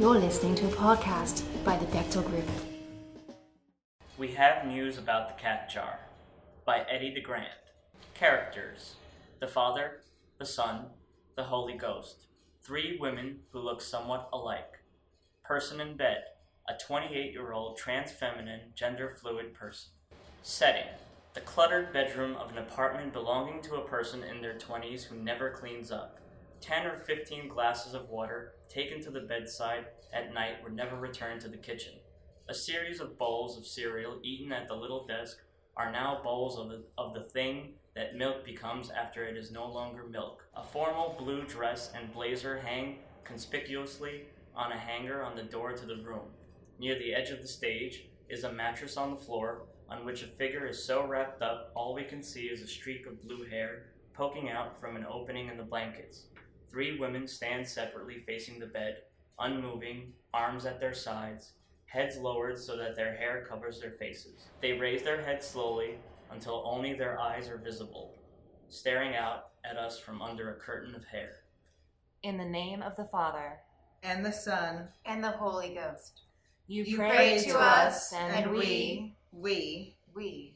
You're listening to a podcast by the Bechtel Group. We have news about the cat jar by Eddie DeGrand. Characters The Father, the Son, the Holy Ghost. Three women who look somewhat alike. Person in bed, a 28 year old trans feminine, gender fluid person. Setting The cluttered bedroom of an apartment belonging to a person in their 20s who never cleans up. 10 or 15 glasses of water taken to the bedside at night were never returned to the kitchen. A series of bowls of cereal eaten at the little desk are now bowls of the, of the thing that milk becomes after it is no longer milk. A formal blue dress and blazer hang conspicuously on a hanger on the door to the room. Near the edge of the stage is a mattress on the floor on which a figure is so wrapped up all we can see is a streak of blue hair poking out from an opening in the blankets. Three women stand separately facing the bed, unmoving, arms at their sides, heads lowered so that their hair covers their faces. They raise their heads slowly until only their eyes are visible, staring out at us from under a curtain of hair. In the name of the Father, and the Son, and the Holy Ghost. you, You pray, pray to to us, us, and, and we, we, We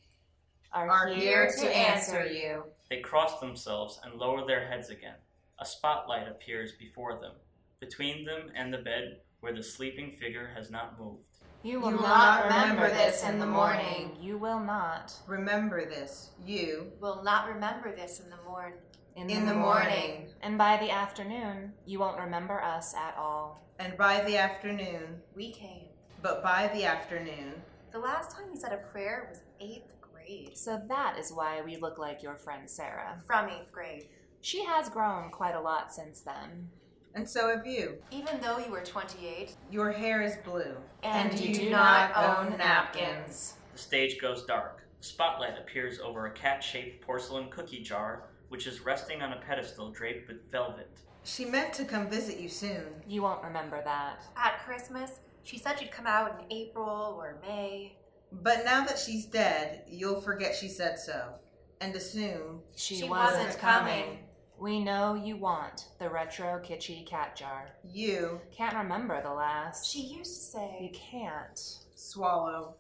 are, are here here to answer you. They cross themselves and lower their heads again. A spotlight appears before them, between them and the bed where the sleeping figure has not moved. You will You not remember this in the morning. morning. You will not. remember this, you, will not remember this in the morn. in the morning, And by the afternoon, you won't remember us at all. and by the afternoon, We came. but by the afternoon, The last time you said a prayer was eighth grade. So that is why we look like your friend Sarah. From eighth grade. She has grown quite a lot since then. and so have you. Even though you were 28, Your hair is blue, And you you do do not not own own napkins. The stage goes dark. A spotlight appears over a cat shaped porcelain cookie jar, which is resting on a pedestal draped with velvet. She meant to come visit you soon. You won't remember that. at Christmas, she said you'd come out in April or May. But now that she's dead, you'll forget she said so, and assume She, She wasn't, wasn't coming. coming. We know you want the retro kitschy cat jar. you Can't remember the last. She used to You say, can't. swallow.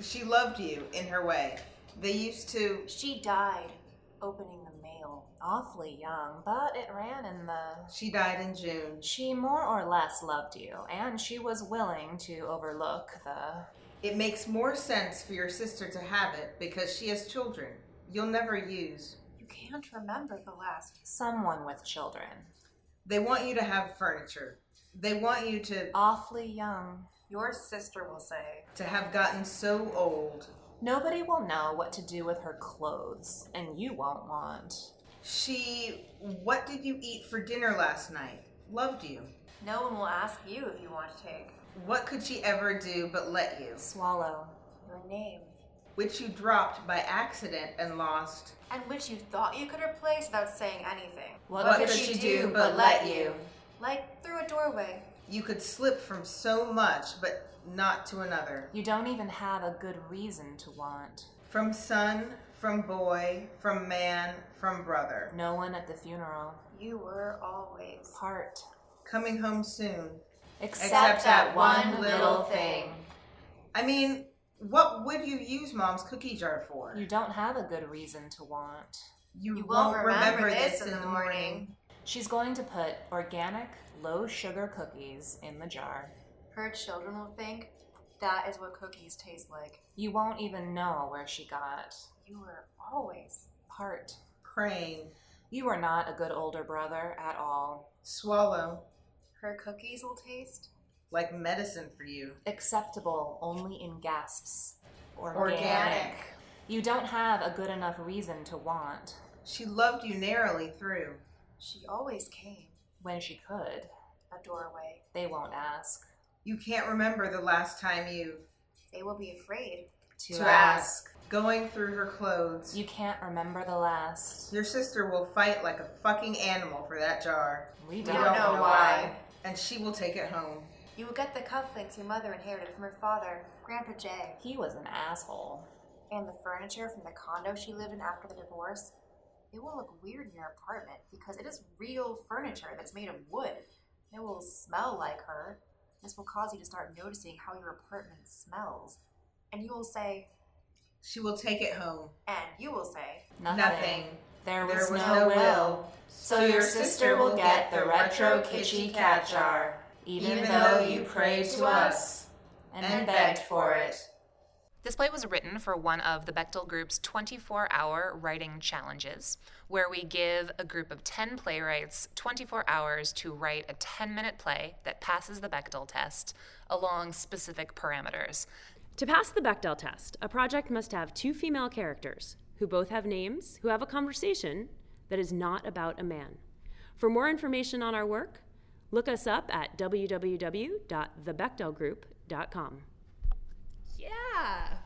She loved you in her way. They used to. she died opening the mail. Awfully young, but it ran in the. She died in June. She more or less loved you, and she was willing to overlook the. It makes more sense for your sister to have it because she has children you'll never use. You can't remember the last. someone with children. They want you to have furniture. They want you to Awfully young. Your sister will say, to have gotten so old. Nobody will know what to do with her clothes, and you won't want. She, what did you eat for dinner last night? Loved you. No one will ask you if you want to take What could she ever do but let you? Swallow. your name, Which you dropped by accident and lost. and which you thought you could replace without saying anything. What, What could could she she do? do but let you? Like through a doorway. You could slip from so much, but not to another. You don't even have a good reason to want. From son, from boy, from man, from brother. No one at the funeral. You were always. Part. Coming home soon. Except, Except that that one one little little thing. I mean, what would you use mom's cookie jar for? You don't have a good reason to want. You, You won't remember, this in the morning. She's going to put organic, low sugar cookies in the jar. Her children will think that is what cookies taste like. You won't even know where she got. You were always. Part. Praying. You were not a good older brother at all, Swallow. Her cookies will taste. Like medicine for you. acceptable only in gasps. Organic. You don't have a good enough reason to want She loved you narrowly through. She always came. when she could. A doorway. They won't ask. You can't remember the last time you They will be afraid. To, Going through her clothes. You can't remember the last. Your sister will fight like a fucking animal for that jar. We You don't, don't know why. And she will take it home. You will get the cufflinks your mother inherited from her father, Grandpa Jay, He was an asshole. and the furniture from the condo she lived in after the divorce. It will look weird in your apartment because it is real furniture that's made of wood. It will smell like her. This will cause you to start noticing how your apartment smells. And you will say, She will take it home. and you will say, Nothing. Nothing. There was, no, will. So your sister will get the retro kitschy cat jar, even though you prayed to us and begged for it. This play was written for one of the Bechtel Group's 24 hour writing challenges, where we give a group of 10 playwrights 24 hours to write a 10 minute play that passes the Bechtel test along specific parameters. To pass the Bechdel test, a project must have two female characters who both have names, who have a conversation that is not about a man. For more information on our work, look us up at www.thebechdelgroup.com. Yeah,